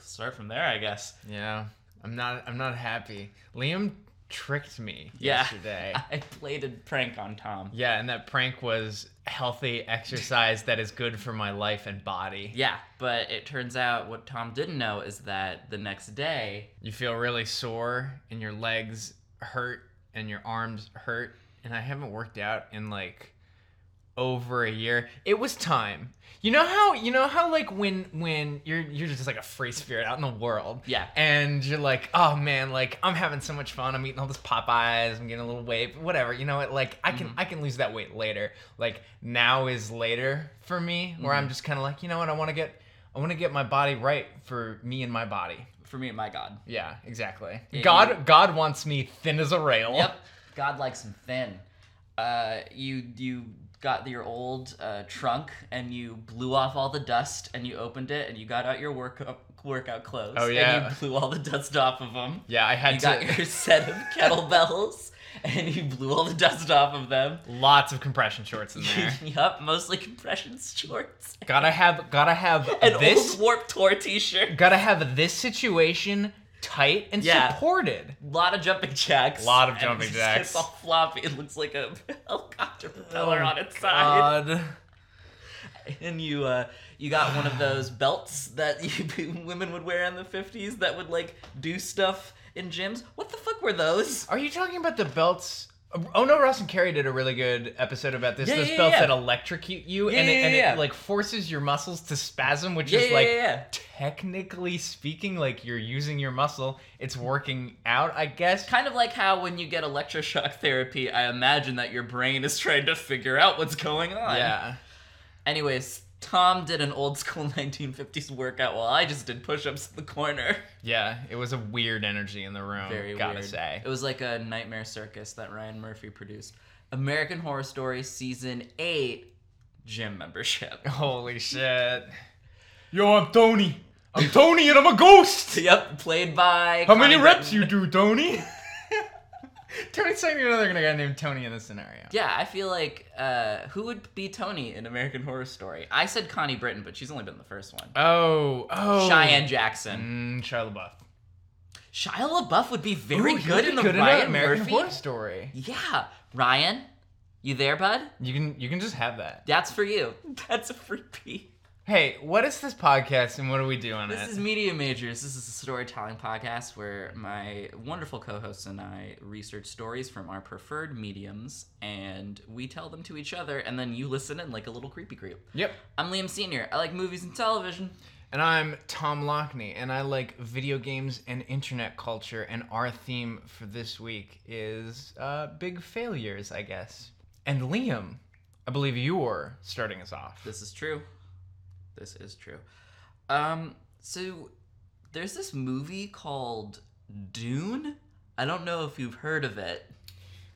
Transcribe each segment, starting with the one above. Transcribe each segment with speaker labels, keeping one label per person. Speaker 1: start from there, I guess.
Speaker 2: Yeah, I'm not. I'm not happy. Liam tricked me
Speaker 1: Yeah.
Speaker 2: yesterday.
Speaker 1: I played a prank on Tom.
Speaker 2: yeah, and that prank was healthy exercise that is good for my life and body.
Speaker 1: Yeah, but it turns out what Tom didn't know is that the next day,
Speaker 2: You feel really sore, and your legs hurt, and your arms hurt, and I haven't worked out in like over a year. It was time. You know how you know how like when when you're you're just like a free spirit out in the world.
Speaker 1: Yeah.
Speaker 2: And you're like, oh man, like I'm having so much fun. I'm eating all this Popeyes. I'm getting a little weight, but whatever. You know what? Like I can I can lose that weight later. Like now is later for me, where I'm just kind of like, you know what? I want to get I want to get my body right for me and my body.
Speaker 1: for me, my God.
Speaker 2: Yeah, exactly.
Speaker 1: Yeah,
Speaker 2: God
Speaker 1: you-
Speaker 2: God wants me thin as a rail.
Speaker 1: Yep, God likes him thin. Uh, you you got your old uh, trunk and you blew off all the dust and you opened it and you got out your work workout clothes.
Speaker 2: Oh, yeah.
Speaker 1: And you blew all the dust off of them.
Speaker 2: Yeah, I had
Speaker 1: You
Speaker 2: to
Speaker 1: got your set of kettlebells and you blew all the dust off of them.
Speaker 2: lots of compression shorts in there.
Speaker 1: yup, mostly compression shorts.
Speaker 2: Gotta have, gotta have
Speaker 1: An
Speaker 2: this,
Speaker 1: old Warp Tour t-shirt.
Speaker 2: gotta have this situation tight and
Speaker 1: Yeah.
Speaker 2: supported.
Speaker 1: A lot of jumping jacks.
Speaker 2: Lot of
Speaker 1: and
Speaker 2: jumping
Speaker 1: it's
Speaker 2: jacks.
Speaker 1: It's all floppy. It looks like a helicopter propeller on its side.
Speaker 2: God.
Speaker 1: Oh, and you uh, you got one of those belts that you, women would wear in the 50s that would like do stuff in gyms what the fuck were those
Speaker 2: Are you talking about the belts? Oh no, Ross and Carrie did a really good episode about this.
Speaker 1: Yeah,
Speaker 2: Those
Speaker 1: yeah,
Speaker 2: belts
Speaker 1: yeah.
Speaker 2: that electrocute you
Speaker 1: Yeah,
Speaker 2: and, it,
Speaker 1: yeah,
Speaker 2: and
Speaker 1: yeah.
Speaker 2: it like forces your muscles to spasm, which
Speaker 1: yeah,
Speaker 2: is
Speaker 1: yeah,
Speaker 2: like
Speaker 1: yeah, yeah.
Speaker 2: technically speaking, like you're using your muscle. It's working out, I guess.
Speaker 1: kind of like how when you get electroshock therapy i imagine that your brain is trying to figure out what's going on
Speaker 2: Yeah.
Speaker 1: anyways tom did an old school 1950s workout while i just did push-ups in the corner
Speaker 2: Yeah, it was a weird energy in the room.
Speaker 1: very
Speaker 2: gotta
Speaker 1: weird.
Speaker 2: say.
Speaker 1: It was like a nightmare circus that Ryan Murphy produced. American Horror Story season eight gym membership.
Speaker 2: Holy shit. Yo, I'm Tony. I'm Tony and I'm a ghost.
Speaker 1: yep, played by
Speaker 2: How many
Speaker 1: Connie
Speaker 2: reps
Speaker 1: Britton.
Speaker 2: you do, Tony? Tony's saying you know they're gonna get named Tony in this scenario.
Speaker 1: Yeah, I feel like uh, who would be Tony in American Horror Story? I said Connie Britton, but she's only been in the first one.
Speaker 2: Oh, oh.
Speaker 1: Cheyenne Jackson.
Speaker 2: Mm, Shia LaBeouf.
Speaker 1: Shia LaBeouf would be very
Speaker 2: Ooh, he'd
Speaker 1: good
Speaker 2: be
Speaker 1: in the
Speaker 2: good
Speaker 1: Ryan
Speaker 2: an American
Speaker 1: Murphy.
Speaker 2: Horror Story.
Speaker 1: Yeah, Ryan, you there, bud?
Speaker 2: You can you can just have that.
Speaker 1: That's for you. That's a freebie.
Speaker 2: Hey, what is this podcast and what do we do on
Speaker 1: This
Speaker 2: it?
Speaker 1: is Media Majors. This is a storytelling podcast where my wonderful co hosts and I research stories from our preferred mediums and we tell them to each other, and then you listen in like a little creepy creep.
Speaker 2: yep.
Speaker 1: I'm Liam Sr. I like movies and television.
Speaker 2: And I'm Tom Lockney, and I like video games and internet culture. And our theme for this week is uh, big failures, I guess. And Liam, I believe you're starting us off.
Speaker 1: This is true. This is true. Um, so there's this movie called Dune. I don't know if you've heard of it.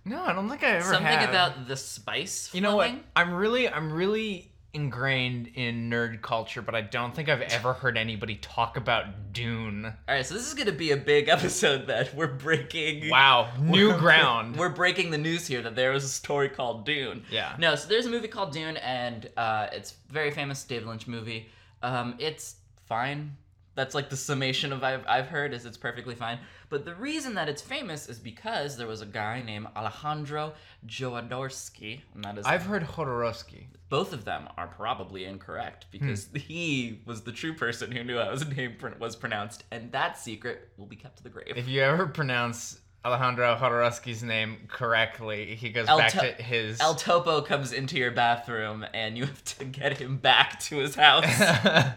Speaker 2: No, I don't think I ever
Speaker 1: Something
Speaker 2: have.
Speaker 1: about the spice.
Speaker 2: you know what?
Speaker 1: Fleming?
Speaker 2: I'm really, I'm really ingrained in nerd culture, but I don't think I've ever heard anybody talk about Dune.
Speaker 1: All right, so this is gonna be a big episode. That we're breaking.
Speaker 2: Wow, new ground.
Speaker 1: We're breaking the news here that there was a story called Dune.
Speaker 2: Yeah.
Speaker 1: No, so there's a movie called Dune, and uh, it's a very famous David Lynch movie. Um, it's fine. That's like the summation of I've, I've heard is it's perfectly fine. But the reason that it's famous is because there was a guy named Alejandro Jodorowsky, and that is
Speaker 2: I've heard Hodorowski.
Speaker 1: both of them are probably incorrect because
Speaker 2: Hmm.
Speaker 1: he was the true person who knew how his name pron- was pronounced, and that secret will be kept to the grave.
Speaker 2: If you ever pronounce Alejandro Jodorowsky's name correctly, he goes
Speaker 1: El
Speaker 2: back
Speaker 1: to-
Speaker 2: to his.
Speaker 1: El Topo comes into your bathroom and you have to get him back to his house.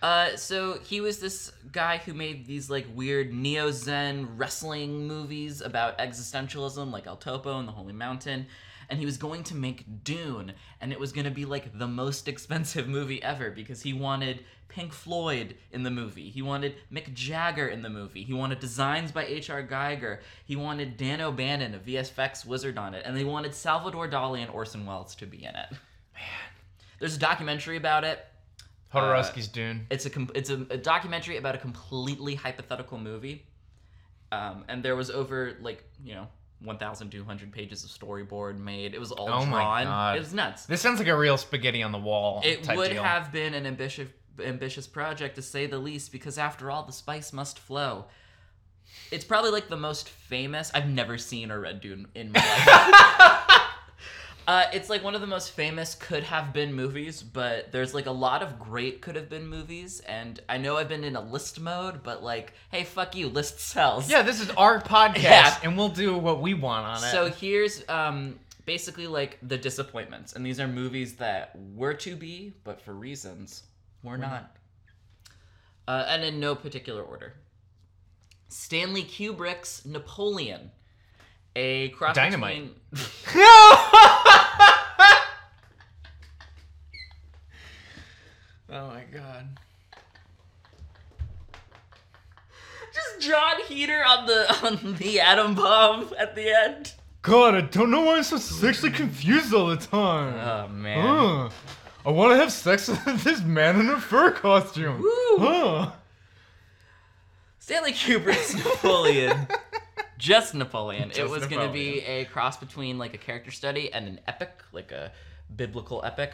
Speaker 1: uh, so he was this guy who made these like weird neo Zen wrestling movies about existentialism, like El Topo and the Holy Mountain. And he was going to make Dune, and it was going to be like the most expensive movie ever because he wanted Pink Floyd in the movie. He wanted Mick Jagger in the movie. He wanted designs by H.R. Geiger. He wanted Dan O'Bannon, E a VFX wizard, on it. And they wanted Salvador Dali and Orson Welles to be in it. Man. There's a documentary about it.
Speaker 2: Hodorowski's Dune.
Speaker 1: It's a com- it's a, a documentary about a completely hypothetical movie, um, and there was over like you know 1,200 pages of storyboard made. It was all
Speaker 2: Oh
Speaker 1: drawn.
Speaker 2: my God.
Speaker 1: It was nuts.
Speaker 2: This sounds like a real spaghetti on the wall
Speaker 1: it
Speaker 2: type
Speaker 1: would
Speaker 2: deal.
Speaker 1: have been an ambitious ambitious project to say the least, because after all, the spice must flow. It's probably like the most famous. I've never seen a Red Dune in my life. Uh, it's like one of the most famous could have been movies, but there's like a lot of great could have been movies, and I know I've been in a list mode, but like, hey, fuck you, list sells.
Speaker 2: Yeah, this is our podcast,
Speaker 1: Yeah.
Speaker 2: and we'll do what we want on it.
Speaker 1: So here's um, basically like the disappointments, and these are movies that were to be, but for reasons were not. Uh, and in no particular order. Stanley Kubrick's Napoleon, a cross
Speaker 2: Dynamite.
Speaker 1: between-
Speaker 2: oh my god.
Speaker 1: Just John Heater on the on the atom bomb at the end.
Speaker 2: God, I don't know why I'm so sexually confused all the time.
Speaker 1: Oh
Speaker 2: Hmm.
Speaker 1: man.
Speaker 2: I want to have sex with this man in a fur costume.
Speaker 1: Woo. Stanley Kubrick's Napoleon. Just Napoleon. it
Speaker 2: Just
Speaker 1: was going to be a cross between like a character study and an epic, like a biblical epic.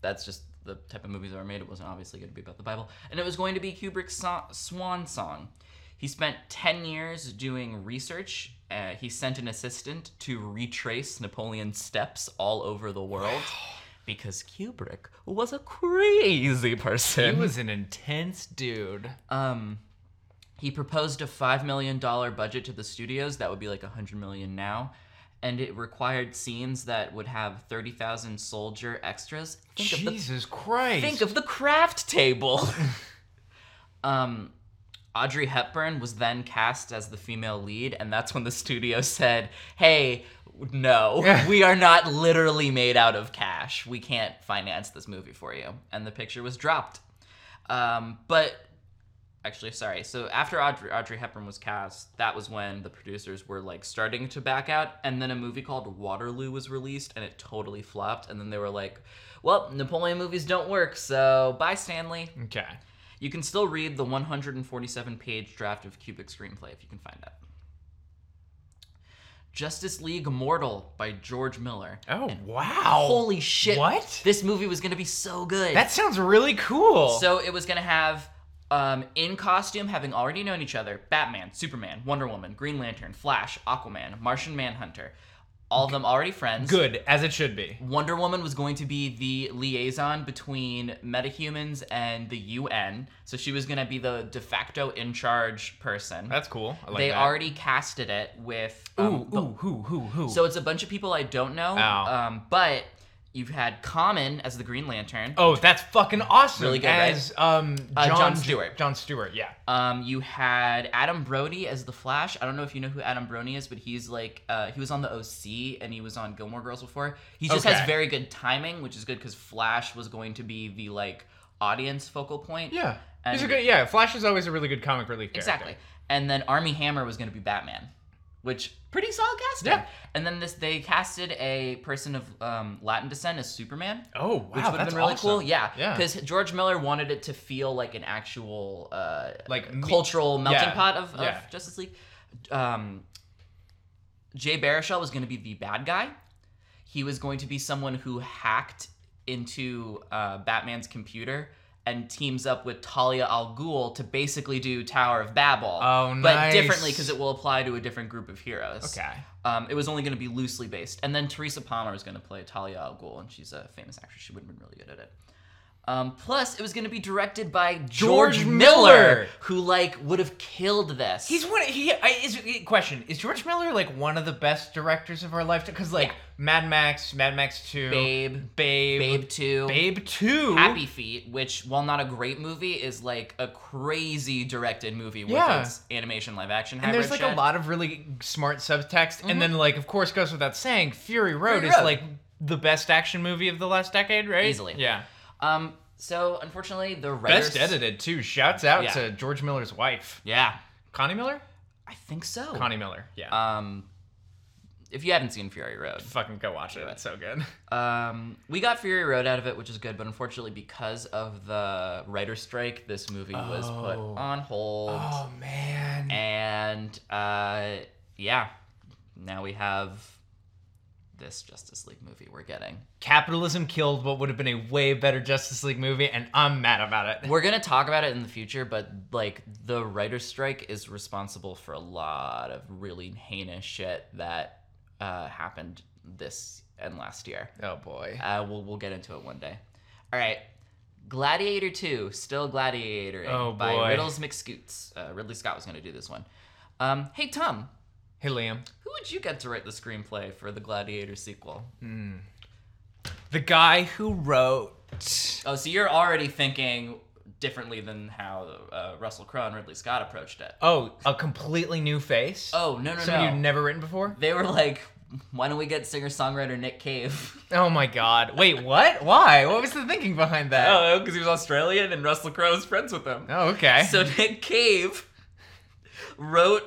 Speaker 1: That's just the type of movies that were made. It wasn't obviously going to be about the Bible. And it was going to be Kubrick's so- swan song. He spent 10 years doing research. Uh, he sent an assistant to retrace Napoleon's steps all over the world because Kubrick was a crazy person.
Speaker 2: He was an intense dude.
Speaker 1: Um, he proposed a five million dollar budget to the studios. That would be like a hundred million now, and it required scenes that would have thirty thousand soldier extras. Think of the
Speaker 2: Jesus Christ.
Speaker 1: think of the craft table. um, Audrey Hepburn was then cast as the female lead, and that's when the studio said, "Hey." No,
Speaker 2: Yeah.
Speaker 1: we are not literally made out of cash. We can't finance this movie for you. And the picture was dropped. Um, but actually, sorry. So after Audrey, Audrey Hepburn was cast, that was when the producers were like starting to back out, and then a movie called Waterloo was released, and it totally flopped. And then they were like, "Well, Napoleon movies don't work, so bye, Stanley."
Speaker 2: okay.
Speaker 1: You can still read the 147-page draft of Cubic Screenplay if you can find it. Justice League Mortal by George Miller.
Speaker 2: Oh wow.
Speaker 1: Holy shit!
Speaker 2: What?
Speaker 1: This movie was gonna be so good.
Speaker 2: That sounds really cool.
Speaker 1: So it was gonna have um, in costume, having already known each other, Batman, Superman, Wonder Woman, Green Lantern, Flash, Aquaman, Martian Manhunter, all of them already friends.
Speaker 2: good as it should be.
Speaker 1: Wonder Woman was going to be the liaison between metahumans and the UN, so she was gonna be the de facto in charge person.
Speaker 2: That's cool. I like
Speaker 1: they
Speaker 2: that.
Speaker 1: already casted it with
Speaker 2: Ooh,
Speaker 1: um, the
Speaker 2: ooh, who, who, who?
Speaker 1: so it's a bunch of people I don't know,
Speaker 2: Ow.
Speaker 1: um, but you've had Common as the Green Lantern.
Speaker 2: oh, that's fucking awesome.
Speaker 1: Really good,
Speaker 2: as um
Speaker 1: Uh,
Speaker 2: John,
Speaker 1: John Stewart.
Speaker 2: John Stewart. Yeah.
Speaker 1: Um, you had Adam Brody as the Flash. I don't know if you know who Adam Brody is, but he's like uh, he was on the OC and he was on Gilmore Girls before. He just
Speaker 2: Okay.
Speaker 1: has very good timing, which is good because Flash was going to be the like audience focal point.
Speaker 2: Yeah. He's a
Speaker 1: And-
Speaker 2: good. Yeah. Flash is always a really good comic relief. Character.
Speaker 1: exactly. And then Army Hammer was going to be Batman, which pretty solid casting.
Speaker 2: Yeah.
Speaker 1: And then this they casted a person of um, Latin descent as Superman.
Speaker 2: Oh wow,
Speaker 1: Which would have
Speaker 2: that's
Speaker 1: been really cool,
Speaker 2: awesome.
Speaker 1: yeah.
Speaker 2: Yeah.
Speaker 1: Because George Miller wanted it to feel like an actual uh,
Speaker 2: Like me-
Speaker 1: cultural melting
Speaker 2: yeah,
Speaker 1: pot of, of
Speaker 2: yeah.
Speaker 1: Justice League. Um, Jay Baruchel was going to be the bad guy. He was going to be someone who hacked into uh, Batman's computer and teams up with Talia al Ghul to basically do Tower of Babel,
Speaker 2: Oh,
Speaker 1: but
Speaker 2: nice.
Speaker 1: differently because it will apply to a different group of heroes.
Speaker 2: Okay.
Speaker 1: Um, it was only going to be loosely based. And then Teresa Palmer is going to play Talia al Ghul, and she's a famous actress. She would have been really good at it. Um, plus, it was going to be directed by George,
Speaker 2: George
Speaker 1: Miller,
Speaker 2: Miller.
Speaker 1: who like would have killed this.
Speaker 2: He's one. He I, is. Question: Is George Miller like one of the best directors of our lifetime? Because like Mad Max, Mad Max Two,
Speaker 1: Babe,
Speaker 2: Babe,
Speaker 1: Babe Two,
Speaker 2: Babe Two.
Speaker 1: Happy Feet, which while not a great movie, is like a crazy directed movie with
Speaker 2: Yeah.
Speaker 1: its animation live action.
Speaker 2: And there's like
Speaker 1: hybrid
Speaker 2: a
Speaker 1: shit.
Speaker 2: lot of really smart subtext, and then like of course goes without saying, Fury Road
Speaker 1: Mm-hmm. Fury
Speaker 2: is
Speaker 1: Road.
Speaker 2: like the best action movie of the last decade, right?
Speaker 1: Easily.
Speaker 2: Yeah.
Speaker 1: Um, so unfortunately, the writers
Speaker 2: Best edited too. Shouts out
Speaker 1: Yeah.
Speaker 2: to George Miller's wife,
Speaker 1: Yeah,
Speaker 2: Connie Miller.
Speaker 1: I think so.
Speaker 2: Connie Miller. Yeah.
Speaker 1: Um, if you haven't seen Fury Road,
Speaker 2: Fucking go watch it. It's so good.
Speaker 1: Um, we got Fury Road out of it, which is good, but unfortunately, because of the writer strike, this movie was put
Speaker 2: Oh.
Speaker 1: on hold.
Speaker 2: man.
Speaker 1: And uh, yeah, now we have this Justice League movie we're getting.
Speaker 2: Capitalism killed what would have been a way better Justice League movie, and I'm mad about it.
Speaker 1: We're gonna talk about it in the future, but like the writer's strike is responsible for a lot of really heinous shit that uh, happened this and last year.
Speaker 2: Oh boy.
Speaker 1: Uh, we'll we'll get into it one day. All right. Gladiator 2, still Gladiator
Speaker 2: Oh,
Speaker 1: by
Speaker 2: boy.
Speaker 1: Riddles McScoots. Uh, Ridley Scott was going to do this one. Um, hey, Tom,
Speaker 2: Hey Liam.
Speaker 1: who would you get to write the screenplay for the Gladiator sequel?
Speaker 2: The guy who wrote
Speaker 1: Oh, so you're already thinking differently than how uh, Russell Crowe and Ridley Scott approached it.
Speaker 2: Oh, a completely new face?
Speaker 1: Oh, no, no,
Speaker 2: Somebody
Speaker 1: no.
Speaker 2: you've never written before?
Speaker 1: they were like, why don't we get singer songwriter Nick Cave?
Speaker 2: Oh my god. Wait, what? Why? What was the thinking behind that?
Speaker 1: because Oh, he was Australian and Russell Crowe was friends with him.
Speaker 2: Oh, okay.
Speaker 1: So Nick Cave wrote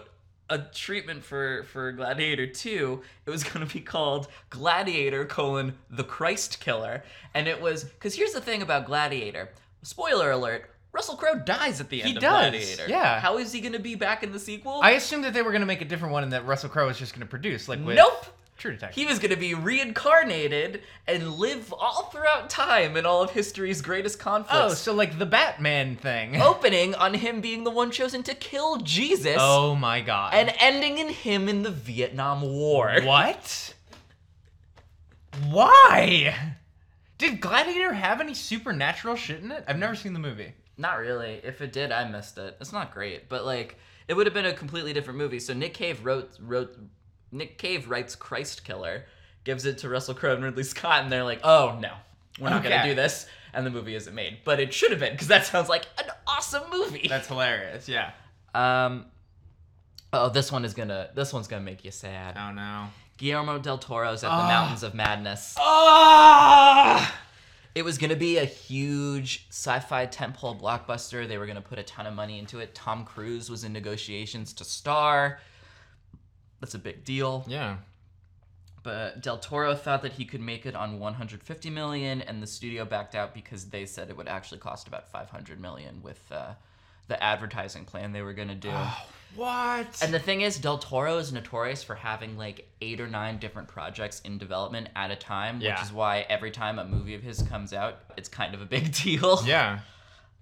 Speaker 1: a treatment for for Gladiator 2. It was going to be called Gladiator colon the Christ Killer, and it was because here's the thing about Gladiator. Spoiler alert: Russell Crowe dies at the end of
Speaker 2: does,
Speaker 1: Gladiator.
Speaker 2: yeah.
Speaker 1: How is he going to be back in the sequel?
Speaker 2: I assumed that they were going to make a different one and that Russell Crowe was just going to produce, like with
Speaker 1: nope.
Speaker 2: True Detective.
Speaker 1: He was going to be reincarnated and live all throughout time in all of history's greatest conflicts.
Speaker 2: oh, so like the Batman thing.
Speaker 1: Oh, Opening on him being the one chosen to kill Jesus.
Speaker 2: Oh my god.
Speaker 1: and ending in him in the Vietnam War.
Speaker 2: what? Why? Did Gladiator have any supernatural shit in it? I've never seen the movie.
Speaker 1: Not really. If it did, I missed it. It's not great, but like it would have been a completely different movie. So Nick Cave wrote wrote Nick Cave writes Christ Killer, gives it to Russell Crowe and Ridley Scott, and they're like, oh no, we're not gonna
Speaker 2: Okay.
Speaker 1: do this. And the movie isn't made, but it should have been because that sounds like an awesome movie.
Speaker 2: That's hilarious. Yeah.
Speaker 1: um. Oh, this one is gonna. This one's gonna make you sad.
Speaker 2: Oh no.
Speaker 1: Guillermo del Toro's at the
Speaker 2: Ah.
Speaker 1: Mountains of Madness.
Speaker 2: Ah!
Speaker 1: It was gonna be a huge sci-fi tentpole blockbuster. They were gonna put a ton of money into it. Tom Cruise was in negotiations to star. That's a big deal.
Speaker 2: Yeah.
Speaker 1: But Del Toro thought that he could make it on 150 million, and the studio backed out because they said it would actually cost about 500 million with uh, the advertising plan they were gonna do.
Speaker 2: Oh. What?
Speaker 1: And the thing is, Del Toro is notorious for having like eight or nine different projects in development at a time,
Speaker 2: Yeah.
Speaker 1: which is why every time a movie of his comes out, it's kind of a big deal.
Speaker 2: Yeah.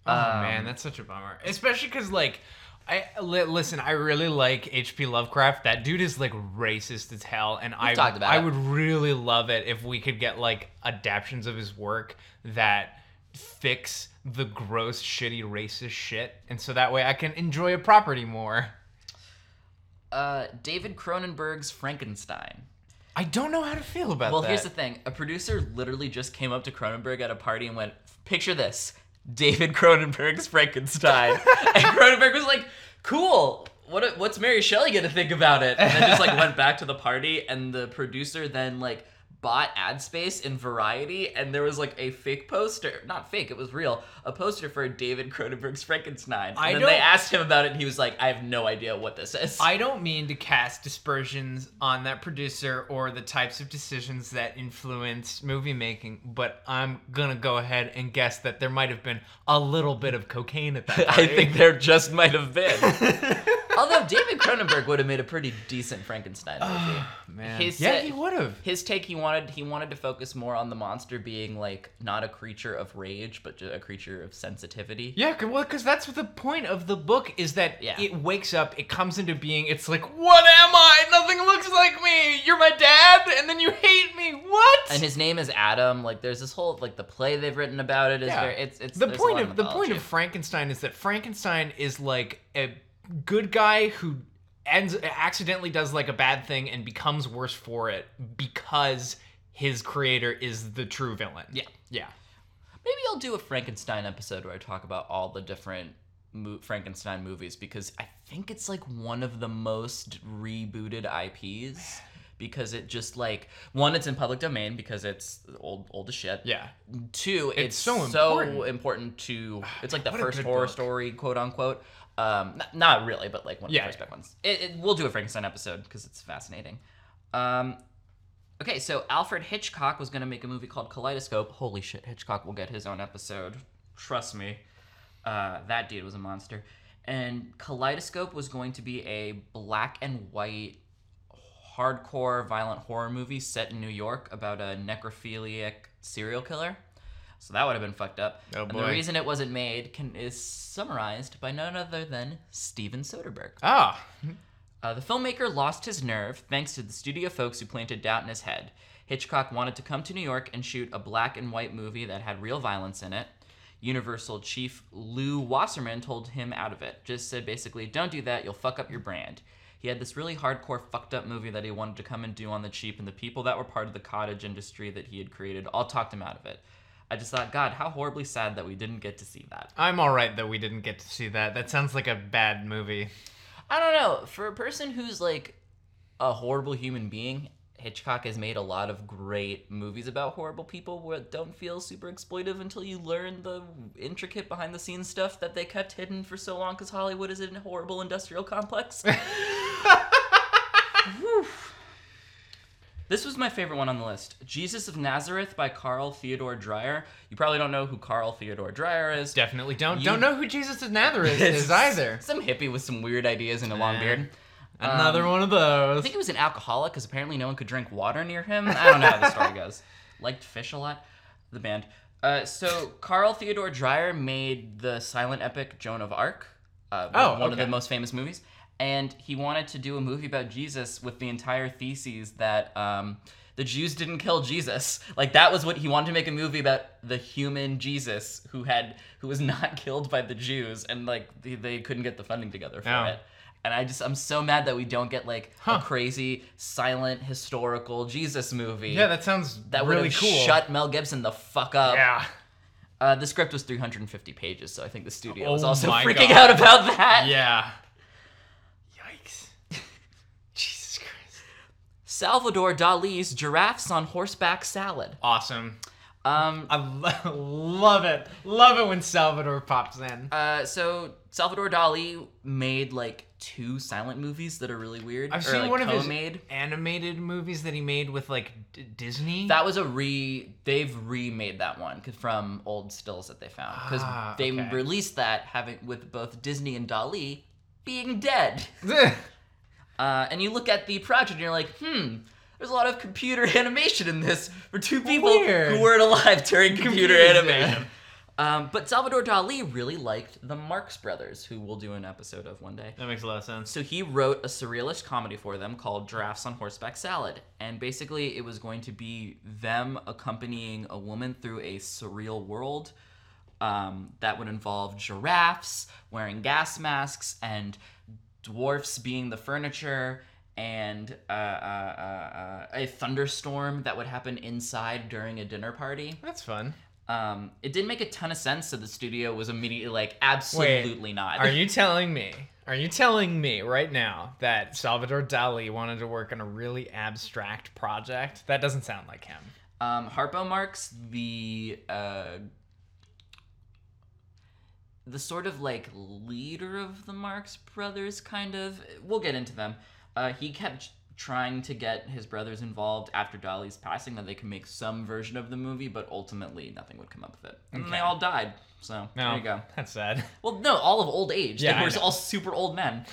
Speaker 2: Oh
Speaker 1: Um,
Speaker 2: man, that's such a bummer. Especially because like, I li- listen. I really like H.P. Lovecraft. That dude is like racist as hell, and I
Speaker 1: talked about
Speaker 2: I
Speaker 1: it.
Speaker 2: would really love it if we could get like adaptions of his work that fix the gross, shitty, racist shit, and so that way I can enjoy a property more.
Speaker 1: Uh, David Cronenberg's Frankenstein.
Speaker 2: I don't know how to feel about
Speaker 1: Well,
Speaker 2: that.
Speaker 1: here's the thing. A producer literally just came up to Cronenberg at a party and went, "Picture this: David Cronenberg's Frankenstein." and Cronenberg was like, "Cool. What? What's Mary Shelley gonna think about it?" And then just like went back to the party, and the producer then like bought ad space in Variety, and there was like a fake poster—not fake, it was real—a poster for David Cronenberg's Frankenstein. And
Speaker 2: I
Speaker 1: then
Speaker 2: don't-
Speaker 1: they asked him about it, and he was like, "I have no idea what this is."
Speaker 2: I don't mean to cast dispersions on that producer or the types of decisions that influence movie making, but I'm gonna go ahead and guess that there might have been a little bit of cocaine at that.
Speaker 1: I think there just might have been. Although David Cronenberg would have made a pretty decent Frankenstein movie.
Speaker 2: man.
Speaker 1: His
Speaker 2: yeah,
Speaker 1: set-
Speaker 2: he would have.
Speaker 1: His take he wanted he wanted to focus more on the monster being like not a creature of rage but ju- a creature of sensitivity.
Speaker 2: Yeah, 'cause- well, because that's what the point of the book is that
Speaker 1: Yeah.
Speaker 2: it wakes up, it comes into being, it's like, what am I? Nothing looks like me. You're my dad, and then you hate me. What?
Speaker 1: And his name is Adam. Like there's this whole like the play they've written about it is
Speaker 2: Yeah.
Speaker 1: very it's it's
Speaker 2: the
Speaker 1: there's a
Speaker 2: point
Speaker 1: lot
Speaker 2: of the point
Speaker 1: mythology.
Speaker 2: of Frankenstein is that Frankenstein is like a good guy who ends accidentally does like a bad thing and becomes worse for it because his creator is the true villain.
Speaker 1: Yeah.
Speaker 2: Yeah.
Speaker 1: Maybe I'll do a Frankenstein episode where I talk about all the different mo- Frankenstein movies because I think it's like one of the most rebooted IPs because it just like one it's in public domain because it's old old as shit.
Speaker 2: Yeah.
Speaker 1: Two, it's,
Speaker 2: so
Speaker 1: so,
Speaker 2: important.
Speaker 1: important. to it's like the
Speaker 2: What a
Speaker 1: first
Speaker 2: good
Speaker 1: horror
Speaker 2: book.
Speaker 1: story, quote unquote. Um, not, not really, but like one of
Speaker 2: Yeah,
Speaker 1: the first
Speaker 2: yeah.
Speaker 1: big ones. It, it, we'll do a Frankenstein episode because it's fascinating. Um, Okay, so Alfred Hitchcock was going to make a movie called Kaleidoscope. Holy shit, Hitchcock will get his own episode. Trust me. Uh, that dude was a monster. And Kaleidoscope was going to be a black and white hardcore violent horror movie set in New York about a necrophiliac serial killer. So that would have been fucked up.
Speaker 2: Oh,
Speaker 1: and the
Speaker 2: boy.
Speaker 1: reason it wasn't made can, is summarized by none other than Steven Soderbergh.
Speaker 2: Ah,
Speaker 1: Uh, the filmmaker lost his nerve thanks to the studio folks who planted doubt in his head. Hitchcock wanted to come to New York and shoot a black and white movie that had real violence in it. Universal chief Lou Wasserman told him out of it. Just said basically, don't do that, you'll fuck up your brand. He had this really hardcore, fucked up movie that he wanted to come and do on the cheap, and the people that were part of the cottage industry that he had created all talked him out of it. I just thought, God, how horribly sad that we didn't get to see that.
Speaker 2: I'm all right that we didn't get to see that. That sounds like a bad movie.
Speaker 1: I don't know. For a person who's like a horrible human being, Hitchcock has made a lot of great movies about horrible people what don't feel super exploitive until you learn the intricate behind the scenes stuff that they kept hidden for so long because Hollywood is a horrible industrial complex. Whew. This was my favorite one on the list. Jesus of Nazareth by Carl Theodore Dreyer. You probably don't know who Carl Theodore Dreyer is.
Speaker 2: Definitely don't
Speaker 1: You-
Speaker 2: don't know who Jesus of Nazareth
Speaker 1: It's
Speaker 2: is either.
Speaker 1: Some hippie with some weird ideas and a long
Speaker 2: Yeah.
Speaker 1: beard.
Speaker 2: Another one of those.
Speaker 1: I think he was an alcoholic because apparently no one could drink water near him. I don't know how the story goes. Liked fish a lot, the band. Uh, so Carl Theodore Dreyer made the silent epic Joan of Arc, uh, one
Speaker 2: Oh,
Speaker 1: one of the
Speaker 2: okay.
Speaker 1: most famous movies, and he wanted to do a movie about Jesus with the entire thesis that um, the Jews didn't kill Jesus. Like that was what he wanted to make a movie about the human Jesus who had who was not killed by the Jews, and like they, they couldn't get the funding together for
Speaker 2: Oh.
Speaker 1: it. And I just I'm so mad that we don't get like
Speaker 2: Huh.
Speaker 1: a crazy silent historical Jesus movie.
Speaker 2: yeah, that sounds
Speaker 1: that would
Speaker 2: really
Speaker 1: have
Speaker 2: cool.
Speaker 1: shut Mel Gibson the fuck up.
Speaker 2: yeah.
Speaker 1: Uh, the script was 350 pages, so I think the studio was
Speaker 2: Oh
Speaker 1: also
Speaker 2: my
Speaker 1: freaking
Speaker 2: God.
Speaker 1: out about that.
Speaker 2: Yeah. Yikes. Jesus Christ.
Speaker 1: Salvador Dali's Giraffes on Horseback Salad.
Speaker 2: Awesome.
Speaker 1: Um,
Speaker 2: I lo- love it. Love it when Salvador pops in.
Speaker 1: uh, so Salvador Dali made like two silent movies that are really weird.
Speaker 2: I've
Speaker 1: or,
Speaker 2: seen
Speaker 1: like,
Speaker 2: one of his
Speaker 1: co-made.
Speaker 2: animated movies that he made with like D- Disney.
Speaker 1: That was a re. They've remade that one 'cause- from old stills that they found because
Speaker 2: Ah,
Speaker 1: they
Speaker 2: okay.
Speaker 1: released that having with both Disney and Dali being dead. Uh, and you look at the project and you're like, hmm. There's a lot of computer animation in this for two people
Speaker 2: Weird.
Speaker 1: who weren't alive during computer
Speaker 2: Confused.
Speaker 1: animation. Um, but Salvador Dali really liked the Marx Brothers, who we'll do an episode of one day.
Speaker 2: That makes a lot of sense.
Speaker 1: So he wrote a surrealist comedy for them called Giraffes on Horseback Salad. And basically, it was going to be them accompanying a woman through a surreal world um, that would involve giraffes wearing gas masks and dwarfs being the furniture and uh, uh, uh, uh, a thunderstorm that would happen inside during a dinner party.
Speaker 2: That's fun.
Speaker 1: Um, it didn't make a ton of sense, so the studio was immediately like, absolutely not.
Speaker 2: Are you telling me? Are you telling me right now that Salvador Dali wanted to work on a really abstract project? That doesn't sound like him.
Speaker 1: Um, Harpo Marx, the uh, the sort of like leader of the Marx brothers, kind of. We'll get into them. Uh, he kept trying to get his brothers involved after Dolly's passing that they could make some version of the movie, but ultimately nothing would come up with it. And they
Speaker 2: Okay.
Speaker 1: all died. So
Speaker 2: No,
Speaker 1: there you go.
Speaker 2: That's sad.
Speaker 1: Well, no, all of old age.
Speaker 2: Yeah,
Speaker 1: they
Speaker 2: I
Speaker 1: were
Speaker 2: know.
Speaker 1: all super old men.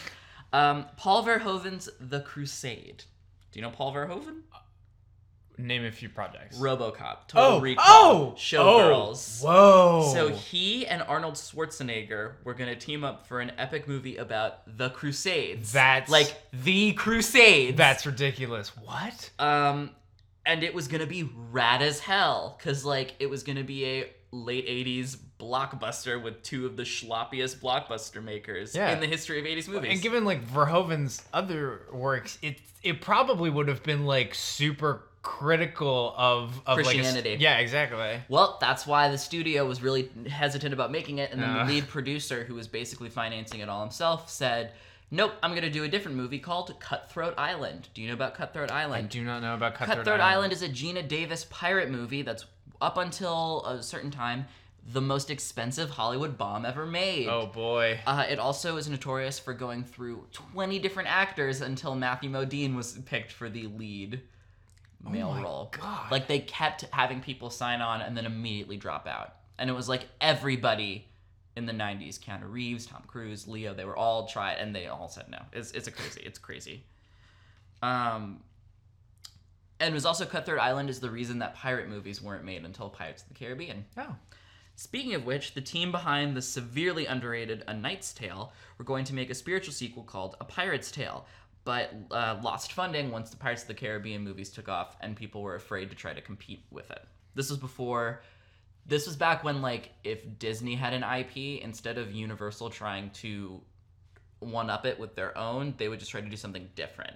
Speaker 1: Um, Paul Verhoeven's The Crusade. Do you know Paul Verhoeven?
Speaker 2: Name a few projects.
Speaker 1: RoboCop, Total
Speaker 2: oh,
Speaker 1: Recall,
Speaker 2: oh,
Speaker 1: Showgirls.
Speaker 2: Oh, whoa.
Speaker 1: So he and Arnold Schwarzenegger were gonna team up for an epic movie about the Crusades.
Speaker 2: That's-
Speaker 1: like the Crusades.
Speaker 2: that's ridiculous. What?
Speaker 1: um, and it was gonna be rad as hell, cause like it was gonna be a late '80s blockbuster with two of the schloppiest blockbuster makers
Speaker 2: Yeah.
Speaker 1: in the history of '80s movies.
Speaker 2: And given like Verhoeven's other works, it it probably would have been like super critical of of
Speaker 1: Christianity.
Speaker 2: Like a, yeah, exactly.
Speaker 1: Well, that's why the studio was really hesitant about making it, and then
Speaker 2: Yeah.
Speaker 1: the lead producer, who was basically financing it all himself, said, "Nope, I'm gonna do a different movie called Cutthroat Island." Do you know about Cutthroat
Speaker 2: I
Speaker 1: Island?
Speaker 2: do not know about Cutthroat,
Speaker 1: Cutthroat, Island. is a Gina Davis pirate movie that's up until a certain time the most expensive Hollywood bomb ever made.
Speaker 2: Oh boy.
Speaker 1: Uh, it also is notorious for going through 20 different actors until Matthew Modine was picked for the lead male
Speaker 2: Oh my
Speaker 1: role.
Speaker 2: God.
Speaker 1: Like they kept having people sign on and then immediately drop out. And it was like everybody in the 90s, Keanu Reeves, Tom Cruise, Leo, they were all tried and they all said no. It's it's a crazy. It's crazy. Um, and was also Cutthroat Island is the reason that pirate movies weren't made until Pirates of the Caribbean.
Speaker 2: Oh.
Speaker 1: Speaking of which, the team behind the severely underrated A Knight's Tale were going to make a spiritual sequel called A Pirate's Tale, but uh, lost funding once the Pirates of the Caribbean movies took off and people were afraid to try to compete with it. This was before. This was back when, like, if Disney had an IP, instead of Universal trying to one up it with their own, they would just try to do something different.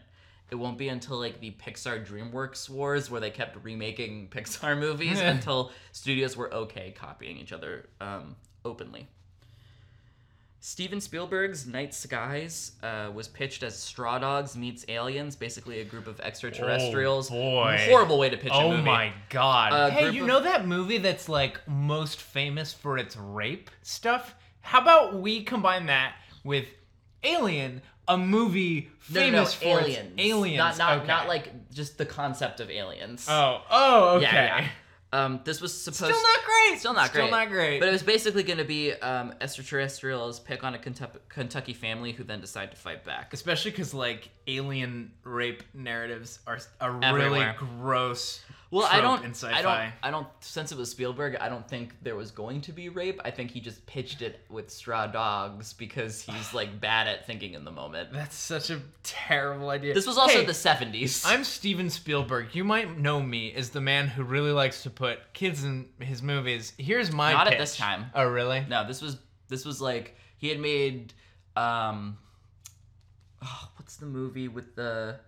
Speaker 1: It won't be until like the Pixar DreamWorks wars where they kept remaking Pixar movies until studios were okay copying each other um, openly. Steven Spielberg's Night Skies uh, was pitched as Straw Dogs meets Aliens, basically a group of extraterrestrials.
Speaker 2: Oh, boy.
Speaker 1: Horrible way to pitch a
Speaker 2: Oh
Speaker 1: movie.
Speaker 2: my god.
Speaker 1: A
Speaker 2: hey,
Speaker 1: group
Speaker 2: you
Speaker 1: of-
Speaker 2: know that movie that's like most famous for its rape stuff? How about we combine that with Alien, a movie
Speaker 1: No, no, no,
Speaker 2: famous for
Speaker 1: aliens.
Speaker 2: its aliens.
Speaker 1: Not not
Speaker 2: okay.
Speaker 1: not like just the concept of aliens.
Speaker 2: Oh, oh, okay.
Speaker 1: Yeah, yeah. Um, this was
Speaker 2: Still
Speaker 1: supposed.
Speaker 2: not great.
Speaker 1: Still not great.
Speaker 2: Still not great.
Speaker 1: But it was basically going to be um, extraterrestrials pick on a Kentup- Kentucky family who then decide to fight back.
Speaker 2: Especially because like alien rape narratives are a
Speaker 1: Everywhere.
Speaker 2: really gross.
Speaker 1: Well, I
Speaker 2: trope
Speaker 1: don't.
Speaker 2: In sci-fi.
Speaker 1: I don't. I don't. Since it was Spielberg, I don't think there was going to be rape. I think he just pitched it with straw dogs because he's like bad at thinking in the moment.
Speaker 2: That's such a terrible idea.
Speaker 1: This was also
Speaker 2: Hey,
Speaker 1: the seventies.
Speaker 2: I'm Steven Spielberg. You might know me as the man who really likes to put kids in his movies. Here's my
Speaker 1: Not at
Speaker 2: pitch.
Speaker 1: this time.
Speaker 2: Oh, really?
Speaker 1: No, this was this was like he had made um oh, what's the movie with the